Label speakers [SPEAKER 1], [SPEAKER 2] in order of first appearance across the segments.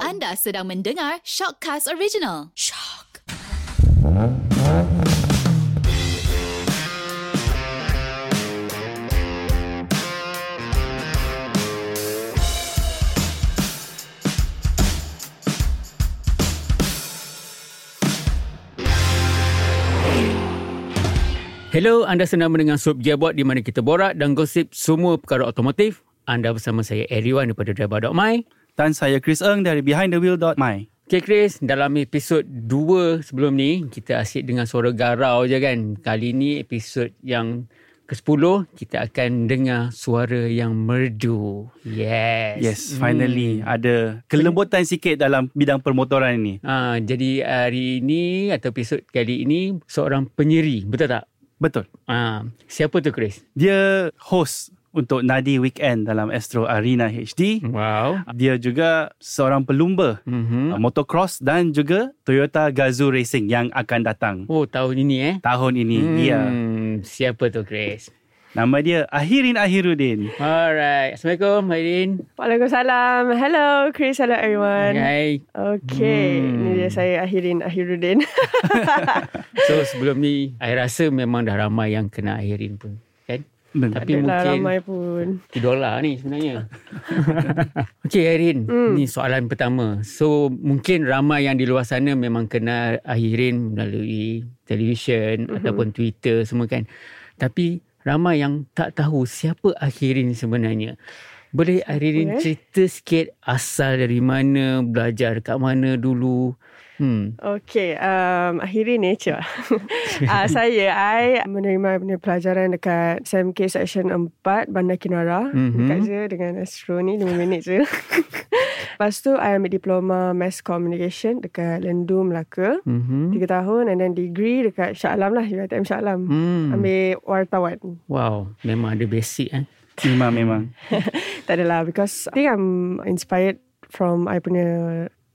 [SPEAKER 1] Anda sedang mendengar Shockcast Original. Shock.
[SPEAKER 2] Hello, anda sedang mendengar Sub Gearbox di mana kita borak dan gosip semua perkara otomotif. Anda bersama saya Eriwan daripada Driver.my.
[SPEAKER 3] Dan saya Chris Eng dari BehindTheWheel.my
[SPEAKER 2] Okay Chris, dalam episod 2 sebelum ni kita asyik dengan suara garau je kan. Kali ni episod yang ke-10 kita akan dengar suara yang merdu. Yes.
[SPEAKER 3] Yes, finally ada kelembutan sikit dalam bidang permotoran ini
[SPEAKER 2] Ah, jadi hari ini atau episod kali ini seorang penyeri, betul tak?
[SPEAKER 3] Betul
[SPEAKER 2] Ah, siapa tu Chris?
[SPEAKER 3] Dia host untuk Nadi Weekend dalam Astro Arena HD
[SPEAKER 2] Wow.
[SPEAKER 3] Dia juga seorang pelumba
[SPEAKER 2] Mhm.
[SPEAKER 3] uh, motocross dan juga Toyota Gazoo Racing yang akan datang
[SPEAKER 2] Oh, tahun ini eh.
[SPEAKER 3] tahun ini Ya,
[SPEAKER 2] Hmm, Siapa tu Chris?
[SPEAKER 3] Nama dia Ahirin Ahirudin
[SPEAKER 2] Alright. Assalamualaikum Hairin.
[SPEAKER 4] Waalaikumsalam. Hello Chris, hello everyone.
[SPEAKER 2] Hai.
[SPEAKER 4] Okay,
[SPEAKER 2] Hmm.
[SPEAKER 4] hmm. ni dia saya Ahirin Ahirudin.
[SPEAKER 2] So sebelum ni I rasa memang dah ramai yang kena Hairin pun kan?
[SPEAKER 3] Hmm.
[SPEAKER 2] Tapi
[SPEAKER 4] Adalah
[SPEAKER 2] mungkin
[SPEAKER 4] ramai pun.
[SPEAKER 2] idola lah ni sebenarnya. Okey Hairin,
[SPEAKER 4] Hmm.
[SPEAKER 2] ni soalan pertama. So mungkin ramai yang di luar sana memang kenal Hairin melalui televisyen
[SPEAKER 4] Hmm.
[SPEAKER 2] ataupun Twitter semua kan. Tapi ramai yang tak tahu siapa Hairin sebenarnya. Boleh Hairin
[SPEAKER 4] Boleh.
[SPEAKER 2] cerita sikit asal dari mana, belajar kat mana dulu? Hmm.
[SPEAKER 4] Okay, um, Ahirin ni cik. uh, saya, I menerima punya pelajaran dekat SMK Section 4 Bandar Kinara.
[SPEAKER 2] Mhm.
[SPEAKER 4] Mm-hmm. Dekat je dengan Astro ni 5 minit je. Lepas tu, I ambil diploma Mass Communication dekat Lendu, Melaka.
[SPEAKER 2] Mhm.
[SPEAKER 4] 3 tahun and then degree dekat Shah Alam lah, UiTM Shah Alam.
[SPEAKER 2] Hmm.
[SPEAKER 4] Ambil wartawan.
[SPEAKER 2] Wow, memang ada basic eh.
[SPEAKER 3] Memang memang
[SPEAKER 4] Tak adalah because I think I'm inspired from I punya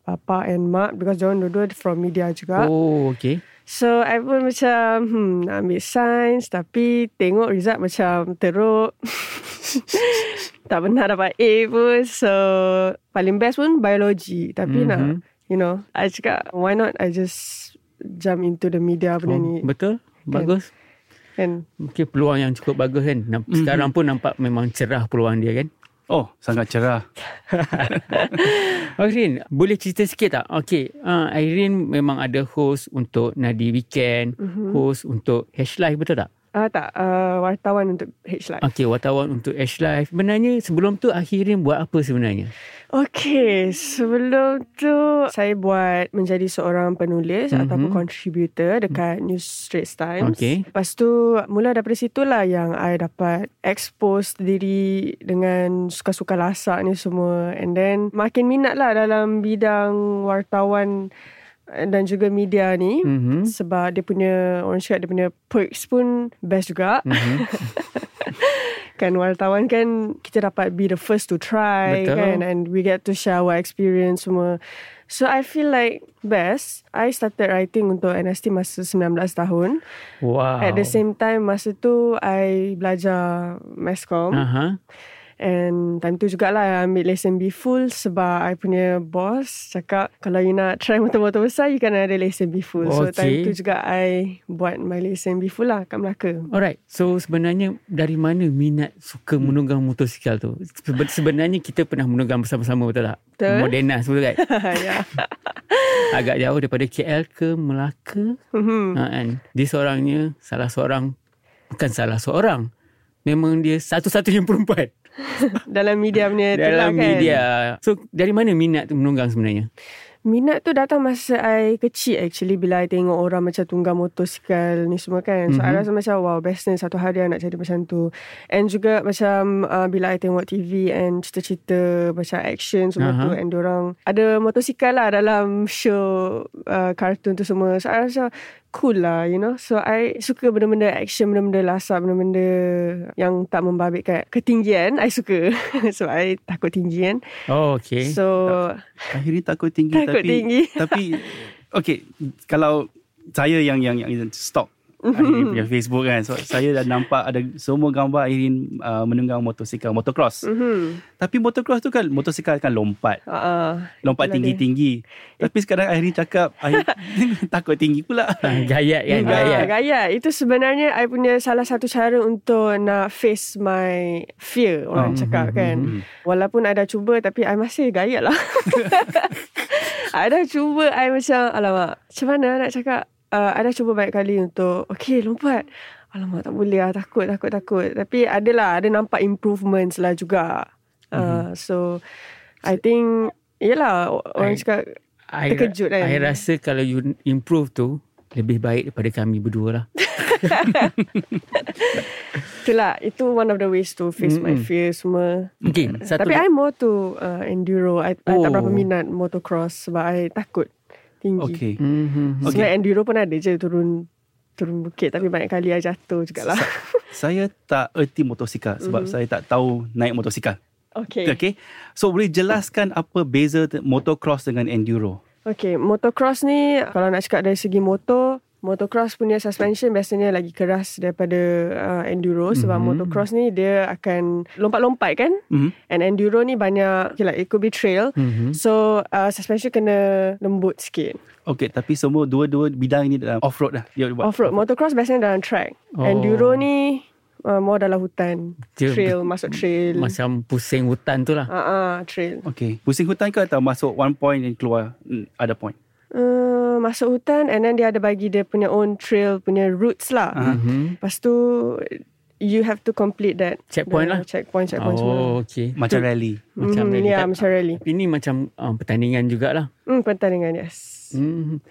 [SPEAKER 4] papa and mak because diorang dua-dua from media juga. Oh.
[SPEAKER 2] Oh, okay.
[SPEAKER 4] So I pun macam hmm, nak ambil sains tapi tengok result macam teruk. tak pernah dapat A pun. So paling best pun biology tapi mm-hmm. nak you know I cakap why not I just jump into the media benda
[SPEAKER 2] Oh,
[SPEAKER 4] ni. kan.
[SPEAKER 2] betul? Bagus.
[SPEAKER 4] And
[SPEAKER 2] Mungkin peluang yang cukup bagus kan. Namp-
[SPEAKER 4] Mhm.
[SPEAKER 2] Sekarang pun nampak memang cerah peluang dia kan.
[SPEAKER 3] Oh sangat cerah
[SPEAKER 2] Irene, boleh cerita sikit tak? Okay, uh, Irene memang ada host untuk Nadi Weekend,
[SPEAKER 4] Mhm.
[SPEAKER 2] host untuk Hash Life betul tak?
[SPEAKER 4] ah tak uh, wartawan untuk H Live.
[SPEAKER 2] Okay, wartawan untuk Hash Life. Sebenarnya sebelum tu Irene buat apa sebenarnya?
[SPEAKER 4] Okay, sebelum tu saya buat menjadi seorang penulis
[SPEAKER 2] Mhm.
[SPEAKER 4] mm-hmm. ataupun contributor dekat New Straits Times.
[SPEAKER 2] Okey.
[SPEAKER 4] Lepas tu mula daripada situlah yang I dapat expose diri dengan suka-suka lasak ni semua and then makin minat lah dalam bidang wartawan eh, dan juga media ni. Mm.
[SPEAKER 2] Mhm.
[SPEAKER 4] Sebab dia punya Orang cakap dia punya Perks pun Best juga
[SPEAKER 2] Mhm.
[SPEAKER 4] Kan wartawan kan kita dapat be the first to try
[SPEAKER 2] Betul.
[SPEAKER 4] kan and we get to share our experience semua. So I feel like best I started writing untuk NST masa 19 tahun.
[SPEAKER 2] Wow.
[SPEAKER 4] At the same time masa tu I belajar Masscom
[SPEAKER 2] Aha.
[SPEAKER 4] and time tu jugalah I ambil lesen B full sebab I punya boss cakap kalau you nak try motor-motor besar you kena ada lesen B full. So
[SPEAKER 2] Okay.
[SPEAKER 4] time tu juga I buat my lesen B full lah kat Melaka.
[SPEAKER 2] Alright, so sebenarnya dari mana minat suka menunggang motosikal tu? Sebe- Sebenarnya kita pernah menunggang bersama-sama betul tak?
[SPEAKER 4] Betul.
[SPEAKER 2] Modenas betul kan?
[SPEAKER 4] ya.
[SPEAKER 2] Agak jauh daripada KL ke Melaka.
[SPEAKER 4] Mhm.
[SPEAKER 2] Ha, kan? Dia seorangnya salah seorang, bukan salah seorang. Memang dia satu-satunya perempuan
[SPEAKER 4] Dalam media punya tu lah
[SPEAKER 2] dalam
[SPEAKER 4] kan.
[SPEAKER 2] media. So dari mana minat tu menunggang sebenarnya?
[SPEAKER 4] Minat tu datang masa I kecil actually Bila I tengok orang macam tunggang motosikal ni semua kan
[SPEAKER 2] Mhm.
[SPEAKER 4] So mm-hmm. I rasa macam wow bestnya satu hari I nak jadi macam tu And juga macam uh, bila I tengok TV and cerita-cerita macam action semua uh-huh. tu
[SPEAKER 2] Aha.
[SPEAKER 4] And orang ada motosikal lah dalam show uh, kartun tu semua So I rasa cool lah you know So I suka benda-benda action, benda-benda lasak, benda-benda yang tak membabitkan Ketinggian I suka Sebab I takut tinggi kan
[SPEAKER 2] Oh, okay. So,
[SPEAKER 4] So
[SPEAKER 3] Akhirnya takut tinggi
[SPEAKER 4] Takut
[SPEAKER 3] tapi
[SPEAKER 4] tinggi.
[SPEAKER 3] tapi okay kalau saya yang yang yang stop
[SPEAKER 4] Mhm.
[SPEAKER 3] Airin punya Facebook kan. So saya dah nampak ada semua gambar Airin uh, menunggang motosikal, motocross.
[SPEAKER 4] Mhm.
[SPEAKER 3] Tapi motocross tu kan motosikal kan lompat.
[SPEAKER 4] Ah, ah.
[SPEAKER 3] Lompat
[SPEAKER 4] Itulah dia. Eh.
[SPEAKER 3] tinggi-tinggi. Tapi sekarang Airin cakap Airin takut tinggi pula.
[SPEAKER 2] Gayat kan,
[SPEAKER 4] Ah,
[SPEAKER 2] gayat.
[SPEAKER 4] gayat. Itu sebenarnya I punya salah satu cara untuk nak face my fear orang
[SPEAKER 2] Hmm,
[SPEAKER 3] Ah.
[SPEAKER 4] cakap kan. Walaupun I dah cuba tapi I masih gayat lah. I dah cuba I macam alamak macam mana nak cakap uh, I dah cuba banyak kali untuk okay lompat. Alamak tak boleh lah takut takut takut. Tapi adalah ada nampak improvements lah juga.
[SPEAKER 2] Hmm,
[SPEAKER 4] Uh, So I think Yelah orang
[SPEAKER 2] I-
[SPEAKER 4] cakap
[SPEAKER 2] I,
[SPEAKER 4] Terkejut kan?
[SPEAKER 2] I rasa kalau you improve tu, lebih baik daripada kami berdua lah.
[SPEAKER 4] Itulah lah, Itu one of the ways to face my
[SPEAKER 2] Mm-mm.
[SPEAKER 4] fear semua
[SPEAKER 2] Okay, satu
[SPEAKER 4] Hmm. Tapi I more to uh, enduro. I, oh. I tak
[SPEAKER 2] Oh.
[SPEAKER 4] berapa minat motocross sebab I takut tinggi. Okay.
[SPEAKER 3] Okay.
[SPEAKER 2] Mhm.
[SPEAKER 4] Sebenarnya enduro pun ada je turun turun bukit tapi banyak kali I jatuh juga lah.
[SPEAKER 3] Saya tak erti motosikal sebab
[SPEAKER 4] Mhm. Eh.
[SPEAKER 3] saya tak tahu naik motosikal.
[SPEAKER 4] Okay. okay.
[SPEAKER 3] Okay. So boleh jelaskan apa beza te- motocross dengan enduro?
[SPEAKER 4] Okay, motocross ni kalau nak cakap dari segi motor, motocross punya suspension biasanya lagi keras daripada uh, enduro sebab
[SPEAKER 2] Mhm.
[SPEAKER 4] motocross ni dia akan lompat-lompat kan
[SPEAKER 3] Mhm.
[SPEAKER 4] and enduro ni banyak okay lah it could be trail.
[SPEAKER 2] Mhm.
[SPEAKER 4] So uh, suspension kena lembut sikit.
[SPEAKER 3] Okay, tapi semua dua-dua bidang ini dalam off-road lah. Dia buat.
[SPEAKER 4] Off-road. Motocross biasanya dalam track.
[SPEAKER 2] Oh.
[SPEAKER 4] Oh. Enduro ni uh, more dalam hutan.
[SPEAKER 2] Dia
[SPEAKER 4] trail, masuk trail. Mas-
[SPEAKER 2] Hmm. Macam pusing hutan tu lah.
[SPEAKER 4] uh-uh, trail.
[SPEAKER 3] Okay. Pusing hutan ke atau masuk one point dan keluar mm, ada point?
[SPEAKER 4] Uh, masuk hutan and then dia ada bagi dia punya own trail punya routes lah.
[SPEAKER 3] Ah.
[SPEAKER 2] Mhm.
[SPEAKER 4] Lepas tu you have to complete that.
[SPEAKER 2] Checkpoint
[SPEAKER 4] the
[SPEAKER 2] lah.
[SPEAKER 4] Checkpoint, checkpoint semua.
[SPEAKER 2] Oh, okay.
[SPEAKER 3] Macam rally.
[SPEAKER 2] macam
[SPEAKER 4] Mhm,
[SPEAKER 2] rally
[SPEAKER 4] Ya,
[SPEAKER 2] type.
[SPEAKER 4] macam rally.
[SPEAKER 2] Ini macam um, pertandingan jugalah.
[SPEAKER 4] Hmm, pertandingan, yes.
[SPEAKER 2] Hmm.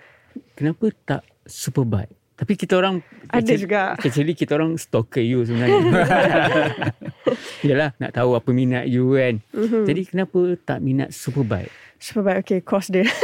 [SPEAKER 2] Kenapa tak superbike? Tapi kita orang
[SPEAKER 4] Ada juga.
[SPEAKER 2] Actually kita orang stalker you sebenarnya. Yalah nak tahu apa minat you kan. Mm-hmm. Jadi kenapa tak minat superbike?
[SPEAKER 4] Superbike, okay, cost dia.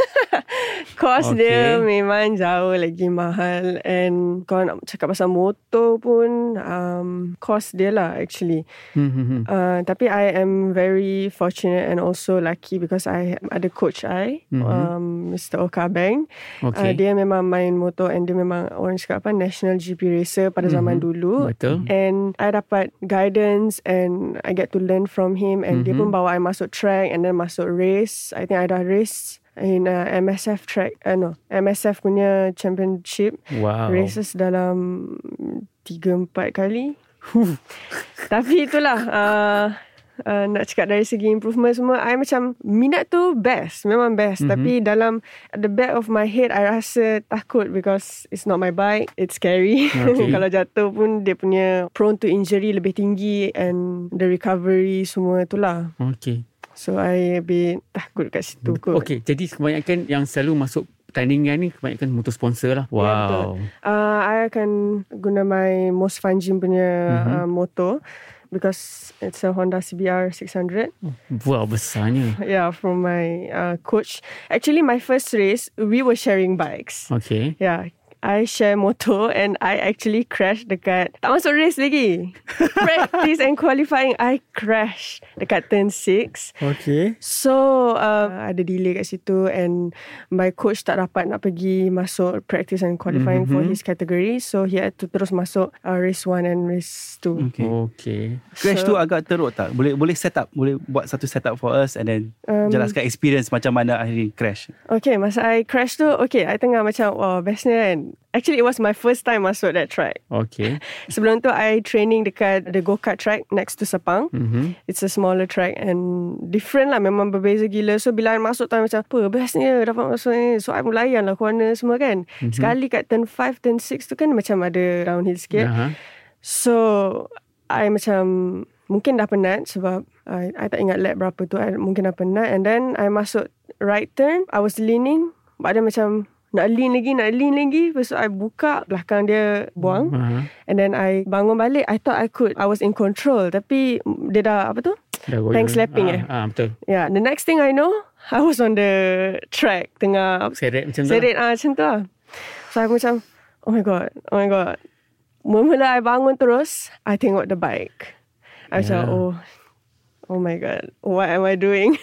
[SPEAKER 4] cost
[SPEAKER 2] Okay.
[SPEAKER 4] dia memang jauh lagi mahal. And kalau nak cakap pasal motor pun, um, cost dia lah actually.
[SPEAKER 2] Mm-hmm.
[SPEAKER 4] Uh, tapi I am very fortunate and also lucky because I ha-, ada coach I,
[SPEAKER 2] Mhm.
[SPEAKER 4] um, Mr. Okabeng.
[SPEAKER 2] Okay.
[SPEAKER 4] Uh, dia memang main motor and dia memang orang cakap apa national GP racer pada
[SPEAKER 2] Mhm.
[SPEAKER 4] zaman dulu.
[SPEAKER 2] Betul.
[SPEAKER 4] And I dapat guidance and I get to learn from him and dia
[SPEAKER 2] Mhm.
[SPEAKER 4] pun bawa I masuk track and then masuk race. I think I dah race in uh, MSF track, uh, no, MSF punya championship
[SPEAKER 2] Wow.
[SPEAKER 4] races dalam 3 4 kali. Tapi itulah uh, uh, nak cakap dari segi improvement semua I macam minat tu best, memang best.
[SPEAKER 2] Mhm.
[SPEAKER 4] Mm-hmm. Tapi dalam at the back of my head I rasa takut because it's not my bike, it's scary.
[SPEAKER 2] Okay.
[SPEAKER 4] Kalau jatuh pun dia punya prone to injury lebih tinggi and the recovery semua itulah.
[SPEAKER 2] Okay.
[SPEAKER 4] So I a bit takut kat situ kot.
[SPEAKER 2] Okay. Jadi kebanyakan yang selalu masuk pertandingan ni kebanyakan motor sponsor lah.
[SPEAKER 4] Ya, betul.
[SPEAKER 2] Wow.
[SPEAKER 4] Uh, I akan guna my most Fanjin punya
[SPEAKER 2] Mhm.
[SPEAKER 4] mm-hmm. uh, motor because it's a Honda CBR 600.
[SPEAKER 2] Wow besarnya.
[SPEAKER 4] Yeah, from my uh, coach. Actually, my first race, we were sharing bikes.
[SPEAKER 2] Okay.
[SPEAKER 4] Yeah, I share motor and I actually crash dekat tak masuk race lagi. Practice and qualifying, I crash dekat turn 6.
[SPEAKER 2] Okay.
[SPEAKER 4] So uh, ada delay kat situ And my coach tak dapat nak pergi Masuk practice and qualifying mm-hmm. For his category So he had to terus masuk uh, Race 1 and race 2
[SPEAKER 3] Okay.
[SPEAKER 2] Okay.
[SPEAKER 3] Crash
[SPEAKER 4] Oh. So-
[SPEAKER 3] tu agak teruk tak? Boleh boleh set up, boleh buat satu set up for us and then um, jelaskan experience macam mana akhirnya crash.
[SPEAKER 4] Okay masa I crash tu Okay I tengah macam Wah bestnya kan Actually it was my first time Masuk that track
[SPEAKER 2] Okay.
[SPEAKER 4] Sebelum tu I training dekat The go-kart track Next to Sepang
[SPEAKER 2] Mm-hmm.
[SPEAKER 4] It's a smaller track and different lah. Memang berbeza gila. So bila I masuk tu I macam apa bestnya dapat masuk ni. So I melayan lah corner semua kan.
[SPEAKER 2] Mhm.
[SPEAKER 4] Mm-hmm. Sekali kat turn 5, turn 6 tu kan macam ada downhill sikit. Yeah.
[SPEAKER 2] Aha.
[SPEAKER 4] So I macam mungkin dah penat sebab I, I tak ingat lap berapa tu. I mungkin dah penat and then I masuk right turn. I was leaning but then macam nak lean lagi, nak lean lagi. Lepas tu I buka belakang dia buang.
[SPEAKER 2] Aha.
[SPEAKER 4] And then I bangun balik I thought I could I was in control Tapi Dia dah apa tu
[SPEAKER 2] Dah goyang.
[SPEAKER 4] Tank slapping
[SPEAKER 2] ah,
[SPEAKER 4] eh?
[SPEAKER 2] Ah, betul.
[SPEAKER 4] Yeah The next thing I know I was on the track Tengah
[SPEAKER 2] Seret macam tu.
[SPEAKER 4] Seret ah, Macam tu lah So aku macam Oh my god Oh my god Mula-mula I bangun terus I tengok the bike I yeah. macam
[SPEAKER 2] Yeah.
[SPEAKER 4] oh oh my god, what am I doing?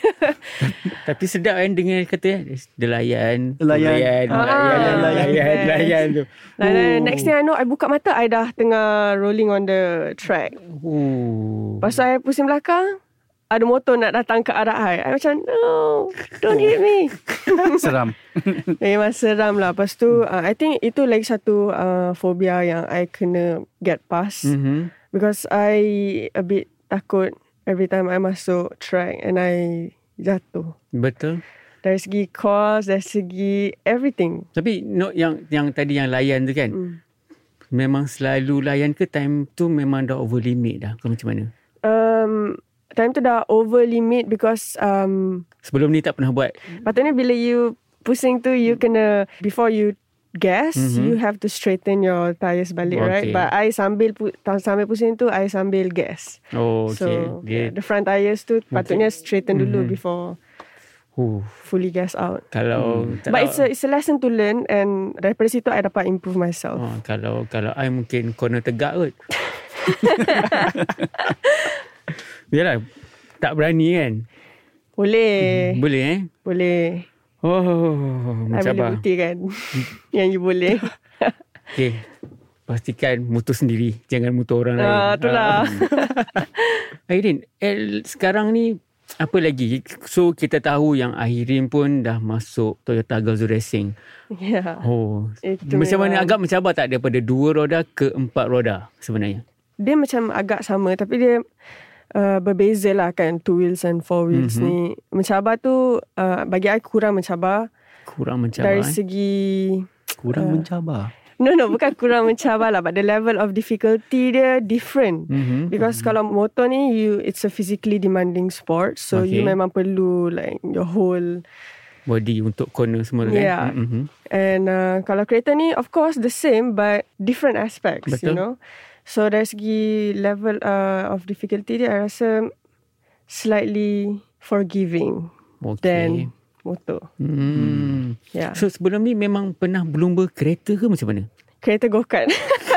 [SPEAKER 2] Tapi sedap kan dengar kata dia layan,
[SPEAKER 3] Layan.
[SPEAKER 2] layan,
[SPEAKER 4] Ah,
[SPEAKER 2] layan, layan, layan,
[SPEAKER 4] best.
[SPEAKER 2] layan tu.
[SPEAKER 4] like, the next thing I know, I buka mata, I dah tengah rolling on the track.
[SPEAKER 2] Oh.
[SPEAKER 4] Lepas tu, I pusing belakang, ada motor nak datang ke arah I. I macam, no, don't hit me.
[SPEAKER 3] Seram.
[SPEAKER 4] Memang seram lah. Lepas tu, uh, I think itu lagi satu uh, phobia yang I kena get past. Mm.
[SPEAKER 2] Mm-hmm.
[SPEAKER 4] Because I a bit takut every time I masuk track and I jatuh.
[SPEAKER 2] Betul.
[SPEAKER 4] Dari segi cost, dari segi everything.
[SPEAKER 2] Tapi no, yang yang tadi yang layan tu kan.
[SPEAKER 4] Mm.
[SPEAKER 2] Memang selalu layan ke time tu memang dah over limit dah. Kau macam mana?
[SPEAKER 4] Um, time tu dah over limit because um,
[SPEAKER 2] Sebelum ni tak pernah buat.
[SPEAKER 4] patutnya bila you pusing tu, you kena, before you gas,
[SPEAKER 2] Mhm.
[SPEAKER 4] you have to straighten your tires balik,
[SPEAKER 2] Okay.
[SPEAKER 4] right? But I sambil pu- sambil pusing tu, I sambil gas.
[SPEAKER 2] Oh,
[SPEAKER 4] So
[SPEAKER 2] okay.
[SPEAKER 4] yeah,
[SPEAKER 2] okay.
[SPEAKER 4] the front tires tu patutnya straighten dulu
[SPEAKER 2] Mhm.
[SPEAKER 4] before
[SPEAKER 2] Huh,
[SPEAKER 4] fully gas out.
[SPEAKER 2] kalau tak
[SPEAKER 4] Hmm. But it's a it's a lesson to learn and daripada situ I dapat improve myself.
[SPEAKER 2] Oh, kalau kalau I mungkin corner tegak kot. Yalah, tak berani kan?
[SPEAKER 4] Boleh.
[SPEAKER 2] Boleh eh?
[SPEAKER 4] Boleh.
[SPEAKER 2] Oh,
[SPEAKER 4] I boleh
[SPEAKER 2] mencabar.
[SPEAKER 4] buktikan yang you boleh.
[SPEAKER 2] Okay. Pastikan motor sendiri. Jangan motor orang lain.
[SPEAKER 4] Ah, itulah.
[SPEAKER 2] Ah. Airin, L, sekarang ni apa lagi? So, kita tahu yang Airin pun dah masuk Toyota Gazoo Racing.
[SPEAKER 4] yeah.
[SPEAKER 2] Oh.
[SPEAKER 4] Ya. Itu
[SPEAKER 2] macam mana
[SPEAKER 4] memang-
[SPEAKER 2] agak mencabar tak daripada dua roda ke empat roda sebenarnya?
[SPEAKER 4] Dia macam agak sama tapi dia uh, berbeza lah kan two wheels and four wheels
[SPEAKER 2] Mhm.
[SPEAKER 4] ni. Mencabar tu uh, bagi I kurang mencabar
[SPEAKER 2] Kurang mencabar eh?
[SPEAKER 4] dari segi Uh.
[SPEAKER 3] Kurang mencabar.
[SPEAKER 4] No no bukan kurang mencabar lah but the level of difficulty dia different.
[SPEAKER 2] Mhm.
[SPEAKER 4] Because kalau motor ni you it's a physically demanding sport so you
[SPEAKER 2] Okay.
[SPEAKER 4] memang perlu like your whole
[SPEAKER 2] body untuk corner semua tu kan.
[SPEAKER 4] Yeah.
[SPEAKER 2] Mm-hmm.
[SPEAKER 4] and uh, kalau kereta ni of course the same but different aspects
[SPEAKER 2] Betul.
[SPEAKER 4] you know. So dari segi level uh, of difficulty dia I rasa slightly forgiving
[SPEAKER 2] Okay.
[SPEAKER 4] than motor.
[SPEAKER 2] hmm.
[SPEAKER 4] Yeah.
[SPEAKER 2] So sebelum ni memang pernah berlumba kereta ke macam mana?
[SPEAKER 4] kereta go-kart.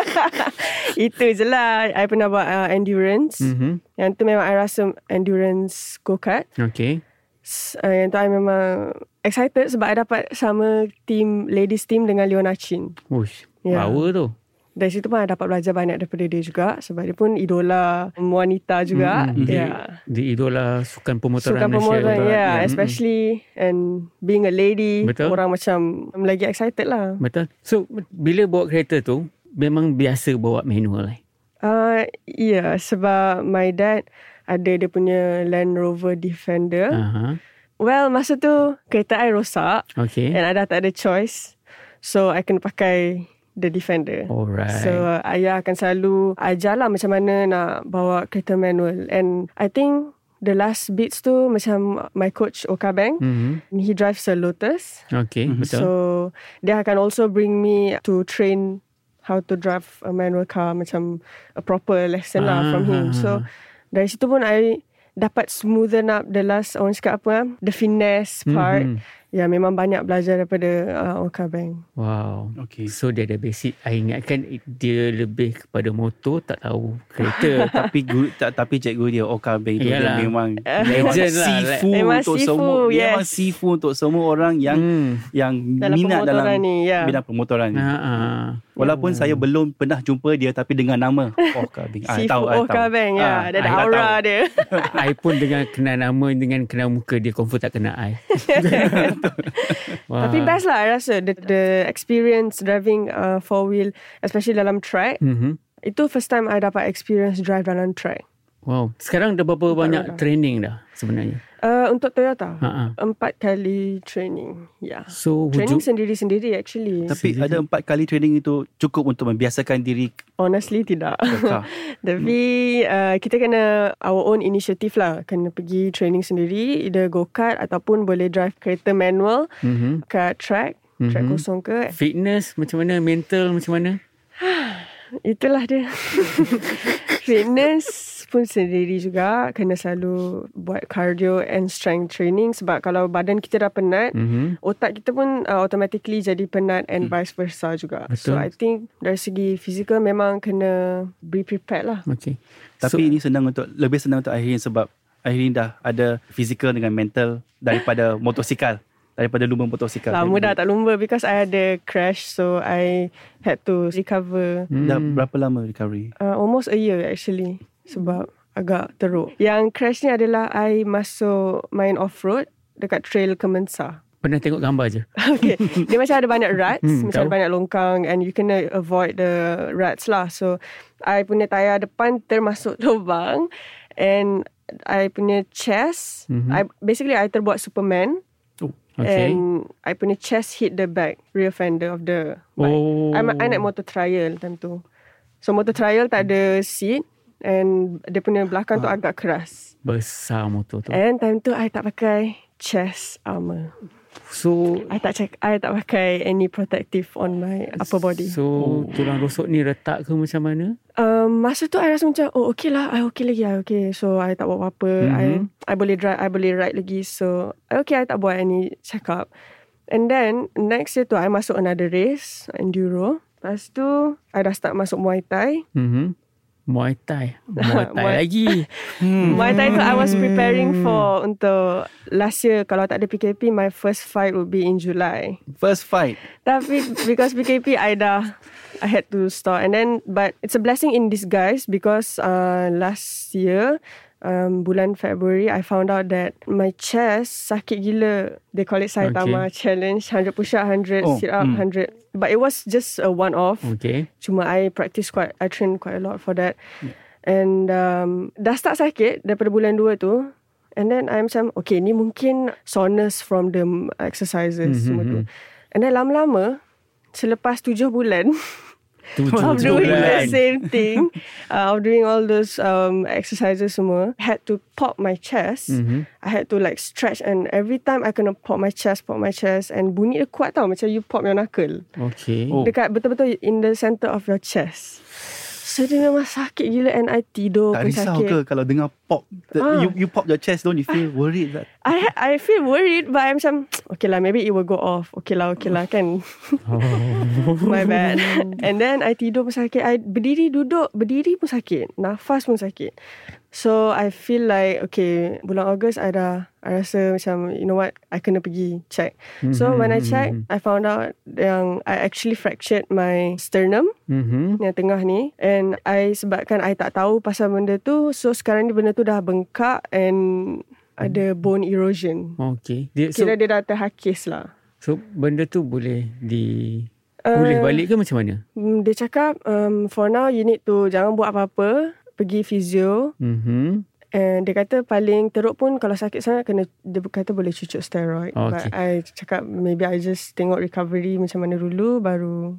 [SPEAKER 4] Itu je lah. I pernah buat uh, endurance. Mm.
[SPEAKER 2] Mhm.
[SPEAKER 4] Yang tu memang I rasa endurance go-kart.
[SPEAKER 2] Okay.
[SPEAKER 4] S- uh, yang tu I memang excited sebab I dapat sama team ladies team dengan Leona Chin.
[SPEAKER 2] Ush,
[SPEAKER 4] Yeah.
[SPEAKER 2] power tu.
[SPEAKER 4] Dari situ pun I dapat belajar banyak daripada dia juga sebab dia pun idola wanita juga.
[SPEAKER 2] Mm-mm.
[SPEAKER 4] Mm-hmm. Yeah.
[SPEAKER 2] Di idola sukan pemotoran
[SPEAKER 4] Sukan
[SPEAKER 2] Malaysia. Mm-hmm.
[SPEAKER 4] pemotoran, yeah, yeah,
[SPEAKER 2] Mm-mm.
[SPEAKER 4] ya, especially and being a lady,
[SPEAKER 2] Betul.
[SPEAKER 4] orang macam lagi excited lah.
[SPEAKER 2] Betul. So bila bawa kereta tu memang biasa bawa manual eh.
[SPEAKER 4] Uh, yeah, sebab my dad ada dia punya Land Rover Defender.
[SPEAKER 2] Aha.
[SPEAKER 4] Well, masa tu kereta I rosak
[SPEAKER 2] Okay.
[SPEAKER 4] and I dah tak ada choice. So, I kena pakai the Defender.
[SPEAKER 2] Alright.
[SPEAKER 4] So uh, ayah akan selalu ajar lah macam mana nak bawa kereta manual. And I think the last bits tu macam my coach Oka Bang.
[SPEAKER 2] Mhm.
[SPEAKER 4] Mm. He drives a Lotus.
[SPEAKER 2] Okay, betul.
[SPEAKER 4] So dia akan also bring me to train how to drive a manual car macam a proper lesson lah from him.
[SPEAKER 2] Ah.
[SPEAKER 4] So dari situ pun I dapat smoothen up the last orang cakap apa ah, the finesse part.
[SPEAKER 2] Mhm.
[SPEAKER 4] Mm-hmm. Ya memang banyak belajar daripada uh, Oka Bang.
[SPEAKER 2] Wow.
[SPEAKER 3] Okay.
[SPEAKER 2] So dia ada basic. I ingatkan dia lebih kepada motor, tak tahu kereta.
[SPEAKER 3] tapi guru, tak, tapi cikgu dia Oka Beng tu
[SPEAKER 2] Yalah.
[SPEAKER 3] dia memang memang
[SPEAKER 2] Legend lah,
[SPEAKER 3] sifu
[SPEAKER 4] like- Uh, Memang
[SPEAKER 3] untuk
[SPEAKER 4] sifu,
[SPEAKER 3] semua
[SPEAKER 4] yes.
[SPEAKER 3] memang sifu untuk semua orang yang
[SPEAKER 2] Hmm.
[SPEAKER 3] yang
[SPEAKER 4] Dalam
[SPEAKER 3] minat
[SPEAKER 4] pemotoran
[SPEAKER 3] dalam
[SPEAKER 4] ni, ya.
[SPEAKER 3] bidang pemotoran ni.
[SPEAKER 2] Ha ah.
[SPEAKER 3] Walaupun saya belum pernah jumpa dia tapi dengan nama Oka Beng. Ah,
[SPEAKER 4] Sifu
[SPEAKER 3] tahu, ah,
[SPEAKER 4] Oka
[SPEAKER 3] tahu.
[SPEAKER 4] Bang.
[SPEAKER 3] Ah,
[SPEAKER 4] Ya, dia ada
[SPEAKER 3] ah,
[SPEAKER 4] aura
[SPEAKER 3] tahu.
[SPEAKER 4] dia.
[SPEAKER 2] I pun dengan kenal nama dengan kenal muka dia confirm tak kenal I. Wah.
[SPEAKER 4] Tapi
[SPEAKER 3] Ah.
[SPEAKER 4] best lah I rasa the, the experience driving uh, four wheel especially dalam track.
[SPEAKER 2] Mhm.
[SPEAKER 3] Hmm.
[SPEAKER 4] Itu first time I dapat experience drive dalam track.
[SPEAKER 2] Wow. Sekarang dah berapa banyak
[SPEAKER 4] roda.
[SPEAKER 2] training dah sebenarnya?
[SPEAKER 4] Uh, untuk Toyota.
[SPEAKER 2] Ha ah.
[SPEAKER 4] Empat kali training. Ya. Yeah.
[SPEAKER 2] So
[SPEAKER 4] Training
[SPEAKER 2] wujud
[SPEAKER 4] sendiri-sendiri actually.
[SPEAKER 3] Tapi ada empat kali training itu cukup untuk membiasakan diri
[SPEAKER 4] Honestly tidak.
[SPEAKER 3] Oka.
[SPEAKER 4] Tapi uh, kita kena our own initiative lah. Kena pergi training sendiri. Either go-kart ataupun boleh drive kereta manual
[SPEAKER 2] Mhm.
[SPEAKER 3] Mm-hmm.
[SPEAKER 4] kat track. Track
[SPEAKER 2] Mhm.
[SPEAKER 4] kosong ke.
[SPEAKER 2] fitness macam mana, mental macam mana?
[SPEAKER 4] Itulah dia. Fitness pun sendiri juga. Kena selalu buat cardio and strength training. Sebab kalau badan kita dah penat.
[SPEAKER 2] Mhm.
[SPEAKER 4] otak kita pun uh, automatically jadi penat and vice versa juga.
[SPEAKER 2] Betul.
[SPEAKER 4] So I think dari segi fizikal memang kena be prepared lah.
[SPEAKER 2] Okay.
[SPEAKER 3] Tapi so, ini senang untuk lebih senang untuk akhirin sebab Airin dah ada fizikal dengan mental daripada motosikal. Daripada lumba motosikal.
[SPEAKER 4] Lama dah
[SPEAKER 3] Dia-
[SPEAKER 4] tak lumba because I had a crash so I had to recover
[SPEAKER 2] hmm,
[SPEAKER 3] Dah berapa lama recovery?
[SPEAKER 4] uh, almost a year actually sebab agak teruk. Yang crash ni adalah I masuk main off-road dekat trail Kemensa.
[SPEAKER 2] Pernah tengok gambar je.
[SPEAKER 4] Okay. Dia macam ada banyak rats,
[SPEAKER 2] Hmm,
[SPEAKER 4] hmm, macam
[SPEAKER 2] tahu.
[SPEAKER 4] ada banyak longkang and you kena avoid the rats lah. So, I punya tayar depan termasuk lubang and I punya
[SPEAKER 2] Mhm.
[SPEAKER 4] chest, mm-hmm. I basically I terbuat Superman okay.
[SPEAKER 2] Okay.
[SPEAKER 4] and I punya chest hit the back rear fender of the bike.
[SPEAKER 2] oh.
[SPEAKER 4] I, I naik motor trial time tu. So, motor trial tak ada seat and dia punya belakang
[SPEAKER 2] Ah.
[SPEAKER 4] tu agak keras.
[SPEAKER 2] Besar motor tu.
[SPEAKER 4] And time tu I tak pakai chest armor.
[SPEAKER 2] So,
[SPEAKER 4] I tak check I tak pakai any protective on my upper body. So,
[SPEAKER 2] So, tulang rusuk ni retak ke macam mana?
[SPEAKER 4] um, masa tu I rasa macam oh okay lah, I okay lagi, I okay. So I tak buat apa-apa.
[SPEAKER 2] Mhm.
[SPEAKER 4] I I boleh drive, I boleh ride lagi. So I okay, I tak buat any check up. And then next year tu I masuk another race enduro. Lepas tu I dah start masuk Muay Thai.
[SPEAKER 2] Mm-hmm. Muay Thai. Muay Thai
[SPEAKER 4] Muay-
[SPEAKER 2] lagi.
[SPEAKER 4] Hmm. Muay Thai tu I was preparing for untuk last year kalau tak ada PKP my first fight would be in July.
[SPEAKER 3] First fight.
[SPEAKER 4] Tapi because PKP I dah I had to stop and then but it's a blessing in disguise because uh, last year um, bulan February I found out that my chest sakit gila. They call it Saitama challenge 100 push up 100
[SPEAKER 3] Oh,
[SPEAKER 4] sit up
[SPEAKER 3] mm.
[SPEAKER 4] 100 but it was just a one off.
[SPEAKER 2] Okay.
[SPEAKER 4] Cuma I practice quite I train quite a lot for that. And um, dah start sakit daripada bulan 2 tu. And then I macam okay ni mungkin soreness from the m- exercises mm-hmm. semua tu. And then lama-lama selepas 7 bulan
[SPEAKER 2] Tujuh
[SPEAKER 4] of
[SPEAKER 3] Tujuh
[SPEAKER 4] doing the
[SPEAKER 3] bulan.
[SPEAKER 4] same thing, uh, of doing all those um, exercises semua, had to pop my chest.
[SPEAKER 2] Mhm.
[SPEAKER 4] I had to like stretch and every time I kena pop my chest, pop my chest and bunyi dia kuat tau macam you pop your knuckle.
[SPEAKER 2] Okay.
[SPEAKER 3] Oh.
[SPEAKER 4] Dekat betul-betul in the center of your chest. So dia memang sakit gila and I tidur
[SPEAKER 3] Tak
[SPEAKER 4] pun
[SPEAKER 3] risau
[SPEAKER 4] sakit.
[SPEAKER 3] ke kalau dengar pop the,
[SPEAKER 4] Ah.
[SPEAKER 3] you you pop your chest don't you feel worried that
[SPEAKER 4] I ha- I feel worried but I'm macam okay lah maybe it will go off. Okay lah okay lah kan.
[SPEAKER 2] Oh.
[SPEAKER 4] My bad. and then I tidur pun sakit. I berdiri duduk berdiri pun sakit. Nafas pun sakit. So I feel like okay bulan Ogos I dah I rasa macam you know what I kena pergi check. So when I check
[SPEAKER 3] Mm-hmm.
[SPEAKER 4] I found out yang I actually fractured my sternum.
[SPEAKER 2] Mm-hmm.
[SPEAKER 4] yang tengah ni and I sebabkan I tak tahu pasal benda tu so sekarang ni benda tu dah bengkak and ada bone erosion.
[SPEAKER 2] Hmm. Okay. Dia, so,
[SPEAKER 4] Kira dia dah terhakis lah.
[SPEAKER 2] so, benda tu boleh di...
[SPEAKER 4] Eh.
[SPEAKER 2] Pulih balik ke macam mana?
[SPEAKER 4] Hmm, Dia cakap um, for now you need to jangan buat apa-apa, pergi physio
[SPEAKER 2] Mm-hmm.
[SPEAKER 4] and dia kata paling teruk pun kalau sakit sangat kena dia kata boleh cucuk steroid. But
[SPEAKER 2] Oh, Okay.
[SPEAKER 4] I cakap maybe I just tengok recovery macam mana dulu baru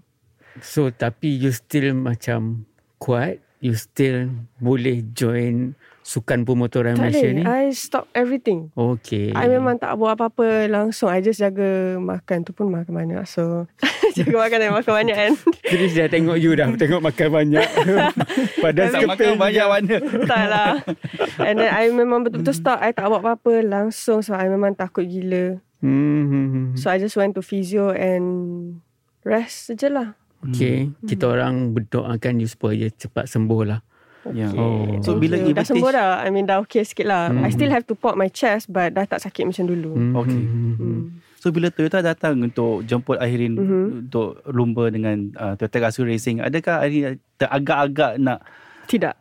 [SPEAKER 2] So, tapi you still macam kuat. You still boleh join Sukan Pemotoran
[SPEAKER 4] tak
[SPEAKER 2] Malaysia ni?
[SPEAKER 4] boleh. I stop everything.
[SPEAKER 2] Okay.
[SPEAKER 4] I memang tak buat apa-apa langsung. I just jaga makan tu pun makan banyak. So, jaga makan dan makan banyak kan.
[SPEAKER 2] Chris dah tengok you dah Tengok makan banyak Padahal
[SPEAKER 3] tak makan banyak mana
[SPEAKER 4] tak lah. And then I memang betul-betul
[SPEAKER 3] Hmm.
[SPEAKER 4] stop. I tak buat apa-apa langsung sebab I memang takut gila.
[SPEAKER 2] hmm.
[SPEAKER 4] So, I just went to physio and rest je lah.
[SPEAKER 3] Hmm.
[SPEAKER 2] Okay Kita
[SPEAKER 4] Mm-hmm.
[SPEAKER 2] orang berdoakan you supaya cepat sembuh lah
[SPEAKER 3] yeah.
[SPEAKER 2] Oh.
[SPEAKER 3] so Ya. bila Hmm.
[SPEAKER 4] Okay,
[SPEAKER 3] you
[SPEAKER 4] dah sembuh dah. I mean, dah okay sikit lah. I still have to pop my chest but dah tak sakit macam dulu.
[SPEAKER 3] Okay.
[SPEAKER 2] hmm.
[SPEAKER 3] So bila Toyota datang untuk jemput Ahirin
[SPEAKER 4] Mhm.
[SPEAKER 3] untuk lumba dengan uh, Toyota Gazoo Racing, adakah Ahirin teragak-agak nak
[SPEAKER 4] Tidak.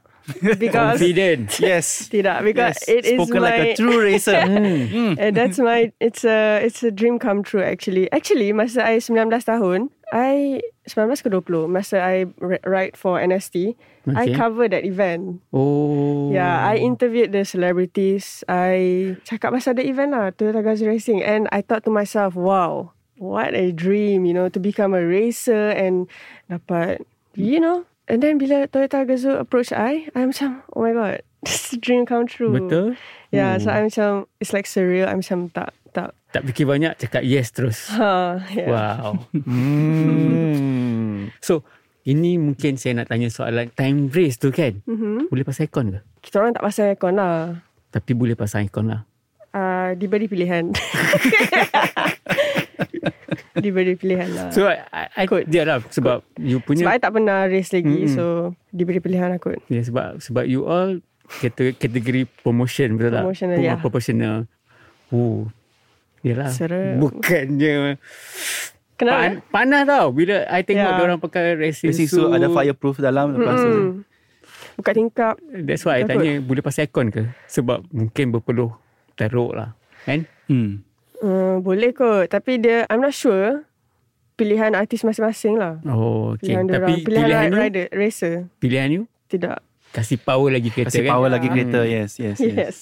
[SPEAKER 4] Because...
[SPEAKER 2] Confident
[SPEAKER 3] yes
[SPEAKER 4] Tidak, because
[SPEAKER 3] yes,
[SPEAKER 4] it is
[SPEAKER 3] spoken
[SPEAKER 4] my...
[SPEAKER 3] like a true racer.
[SPEAKER 4] And Uh, that's my it's a it's a dream come true actually. Actually masa I 19 tahun, I 19 ke 20 masa I ri- write for NST, I
[SPEAKER 2] Okay.
[SPEAKER 4] cover that event.
[SPEAKER 2] Oh
[SPEAKER 4] Yeah, I interviewed the celebrities. I cakap pasal the event lah, Toyota Gazoo Racing and I thought to myself, wow, what a dream, you know, to become a racer and dapat you know. And then bila Toyota Gazoo approach I, I'm macam, oh my god, this is a dream come true.
[SPEAKER 2] Betul
[SPEAKER 4] Yeah, Ya,
[SPEAKER 2] Hmm.
[SPEAKER 4] so I'm macam it's like surreal. I'm macam tak tak.
[SPEAKER 2] Tak fikir banyak Cakap yes terus
[SPEAKER 4] Ha, yeah.
[SPEAKER 2] Wow hmm. So Ini mungkin saya nak tanya soalan Time race tu kan
[SPEAKER 4] Mhm.
[SPEAKER 2] Boleh pasang ikon ke?
[SPEAKER 4] Kita orang tak pasang aircon lah.
[SPEAKER 2] Tapi boleh pasang ikon lah
[SPEAKER 4] Uh, diberi pilihan. diberi pilihan lah. So,
[SPEAKER 2] So I, I, I
[SPEAKER 4] Kot.
[SPEAKER 2] Dia lah Sebab You
[SPEAKER 4] sebab
[SPEAKER 2] punya
[SPEAKER 4] I tak pernah race lagi
[SPEAKER 2] Mm-mm.
[SPEAKER 4] so diberi pilihan aku.
[SPEAKER 2] Ya sebab sebab you all kate- kategori promotion betul tak?
[SPEAKER 4] Promotional,
[SPEAKER 2] Pro-
[SPEAKER 4] ya.
[SPEAKER 2] Proportional. Oh. Yalah.
[SPEAKER 4] Seram.
[SPEAKER 2] lah. Bukannya
[SPEAKER 4] Kenapa?
[SPEAKER 2] pan, panas tau bila I tengok
[SPEAKER 4] Ya.
[SPEAKER 2] yeah. orang pakai racing,
[SPEAKER 3] Racing suit ada fireproof dalam lepas tu.
[SPEAKER 4] Hmm. Buka tingkap.
[SPEAKER 2] That's why I
[SPEAKER 4] Takut.
[SPEAKER 2] tanya boleh pasang aircon ke? Sebab mungkin berpeluh teruk lah. Kan?
[SPEAKER 3] Hmm.
[SPEAKER 4] Uh, boleh kot. Tapi dia, I'm not sure. Pilihan artis masing-masing lah.
[SPEAKER 2] Oh, okay.
[SPEAKER 4] Pilihan
[SPEAKER 2] Tapi
[SPEAKER 4] dorang. Pilihan,
[SPEAKER 2] pilihan, you,
[SPEAKER 4] rider, racer.
[SPEAKER 2] pilihan you
[SPEAKER 4] Tidak.
[SPEAKER 2] kasih power lagi kereta
[SPEAKER 3] Kasih
[SPEAKER 2] kan?
[SPEAKER 3] power lagi kereta. Yes, yes, yes.
[SPEAKER 4] Yes.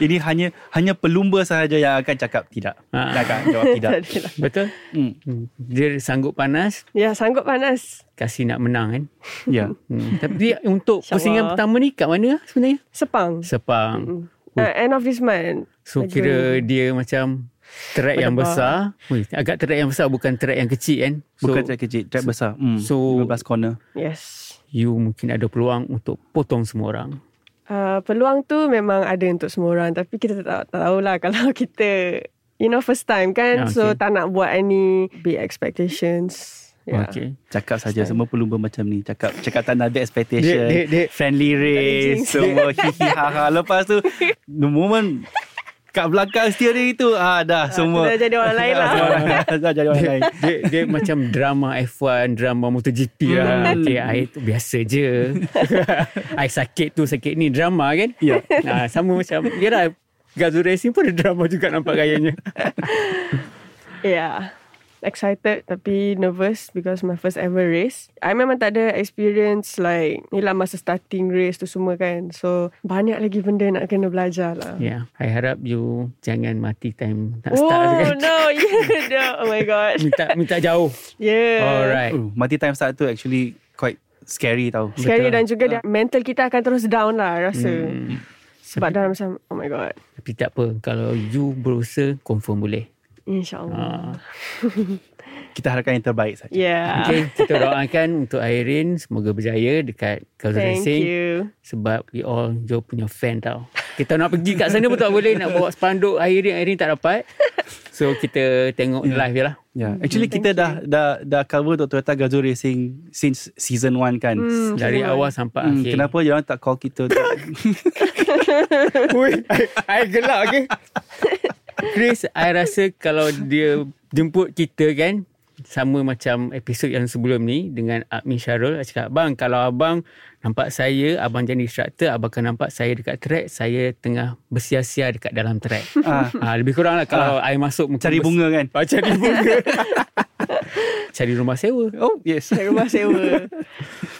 [SPEAKER 3] Ini hanya hanya pelumba sahaja yang akan cakap tidak.
[SPEAKER 2] Ah.
[SPEAKER 3] Yang akan jawab tidak.
[SPEAKER 4] Tak ada lah.
[SPEAKER 2] Betul?
[SPEAKER 3] Hmm.
[SPEAKER 2] Hmm. Dia sanggup panas,
[SPEAKER 4] ya, sanggup panas.
[SPEAKER 2] kasih nak menang kan?
[SPEAKER 3] Ya.
[SPEAKER 2] Hmm. Tapi untuk
[SPEAKER 4] InsyaAllah.
[SPEAKER 2] pusingan pertama ni kat mana lah sebenarnya?
[SPEAKER 4] Sepang.
[SPEAKER 2] Sepang.
[SPEAKER 4] Uh, end of this month.
[SPEAKER 2] So kira dia macam track yang
[SPEAKER 4] Berdebar.
[SPEAKER 2] besar. Ui, agak track yang besar bukan track yang kecil kan? So
[SPEAKER 3] Bukan track kecil, track besar. Hmm.
[SPEAKER 2] so-
[SPEAKER 3] 15 corner.
[SPEAKER 4] Yes.
[SPEAKER 2] you mungkin ada peluang untuk potong semua orang.
[SPEAKER 4] Uh, peluang tu memang ada untuk semua orang tapi kita tak, tak tahulah kalau kita you know first time
[SPEAKER 2] Ya,
[SPEAKER 4] kan yeah, so
[SPEAKER 2] okay.
[SPEAKER 4] tak nak buat any big expectations. Yeah.
[SPEAKER 2] Okay.
[SPEAKER 3] Cakap saja semua pelumba macam ni. Cakap cakap tak nak ada expectation.
[SPEAKER 2] Dia- dia- dia-
[SPEAKER 3] friendly race.
[SPEAKER 4] jinx.
[SPEAKER 3] semua hihi haha. Lepas tu the moment kat belakang steering itu ah dah semua
[SPEAKER 4] dah jadi orang lain lah.
[SPEAKER 3] dah, dah jadi orang lain.
[SPEAKER 2] dia, dia macam drama F1, drama MotoGP lah. Okay, I tu biasa je. I sakit tu, sakit ni. Drama kan? Ya. Yeah. sama macam, yelah, Gazoo Racing pun ada drama juga nampak gayanya.
[SPEAKER 4] Yeah. Excited tapi nervous because my first ever race. I memang tak ada experience like ni lah masa starting race tu semua kan. So banyak lagi benda nak kena belajar lah.
[SPEAKER 2] Ya, yeah. I harap you jangan mati time nak
[SPEAKER 4] Oh
[SPEAKER 2] start tu kan.
[SPEAKER 4] no, yeah, no. Oh my god.
[SPEAKER 2] Minta minta jauh.
[SPEAKER 4] Yeah.
[SPEAKER 2] Alright.
[SPEAKER 3] Oh, mati time start tu actually quite scary tau.
[SPEAKER 2] Betul.
[SPEAKER 4] Scary
[SPEAKER 2] Ah.
[SPEAKER 4] dan juga dia, mental kita akan terus down lah I rasa. Hmm. Sebab dah macam oh my god.
[SPEAKER 2] Tapi tak apa, kalau you berusaha, confirm boleh. Ah.
[SPEAKER 4] InsyaAllah.
[SPEAKER 3] Kita harapkan yang terbaik saja.
[SPEAKER 4] Yeah.
[SPEAKER 2] Okay, kita doakan untuk Irene semoga berjaya dekat Gazoo
[SPEAKER 4] Thank
[SPEAKER 2] Racing.
[SPEAKER 4] you.
[SPEAKER 2] Sebab we all Joe punya fan tau Kita nak pergi kat sana pun tak boleh Nak bawa spanduk Airin Airin tak dapat So kita tengok
[SPEAKER 3] Hmm.
[SPEAKER 2] live je lah
[SPEAKER 3] Yeah. Actually
[SPEAKER 4] Mm,
[SPEAKER 3] kita dah dah dah cover untuk Toyota Gazoo Racing since season 1 kan.
[SPEAKER 4] Mm.
[SPEAKER 3] Hmm.
[SPEAKER 2] Dari awal sampai
[SPEAKER 3] Hmm,
[SPEAKER 2] akhir
[SPEAKER 3] Kenapa dia orang tak call kita?
[SPEAKER 2] Ui, I, I gelak okay Chris I rasa kalau dia Jemput kita kan sama macam episod yang sebelum ni dengan Admin Syarul saya cakap bang kalau abang nampak saya abang jadi instructor abang akan nampak saya dekat track saya tengah bersia-sia dekat dalam track
[SPEAKER 3] ah,
[SPEAKER 2] ah, lebih kurang lah kalau I masuk mungkin
[SPEAKER 3] cari
[SPEAKER 2] bers-
[SPEAKER 3] bunga kan?
[SPEAKER 2] Ah, cari bunga. cari rumah sewa.
[SPEAKER 3] Oh, yes.
[SPEAKER 4] Kat rumah sewa.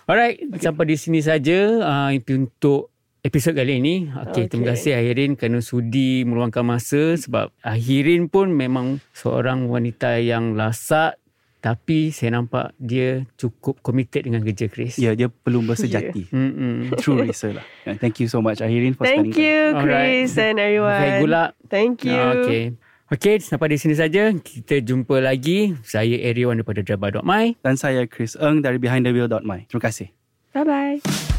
[SPEAKER 2] Alright, okay. sampai di sini saja uh, untuk episod kali ini. Okey, okay.
[SPEAKER 4] Okay.
[SPEAKER 2] terima kasih Ahirin kerana sudi meluangkan masa sebab Ahirin pun memang seorang wanita yang lasak tapi saya nampak dia cukup committed dengan kerja Chris.
[SPEAKER 3] Ya, yeah, dia pelumba sejati.
[SPEAKER 2] Mm-mm.
[SPEAKER 3] True racer lah. Yeah, Thank you so much Ahirin for
[SPEAKER 4] Thank
[SPEAKER 3] spending.
[SPEAKER 4] you
[SPEAKER 2] Alright.
[SPEAKER 4] Chris and everyone.
[SPEAKER 2] Baik pula.
[SPEAKER 4] Thank you.
[SPEAKER 2] Ah, Okay. Okay, sampai di sini saja. Kita jumpa lagi. Saya Arion daripada Jabba.my.
[SPEAKER 3] Dan saya Chris Eng dari behindthewheel.my. Terima kasih.
[SPEAKER 4] Bye bye.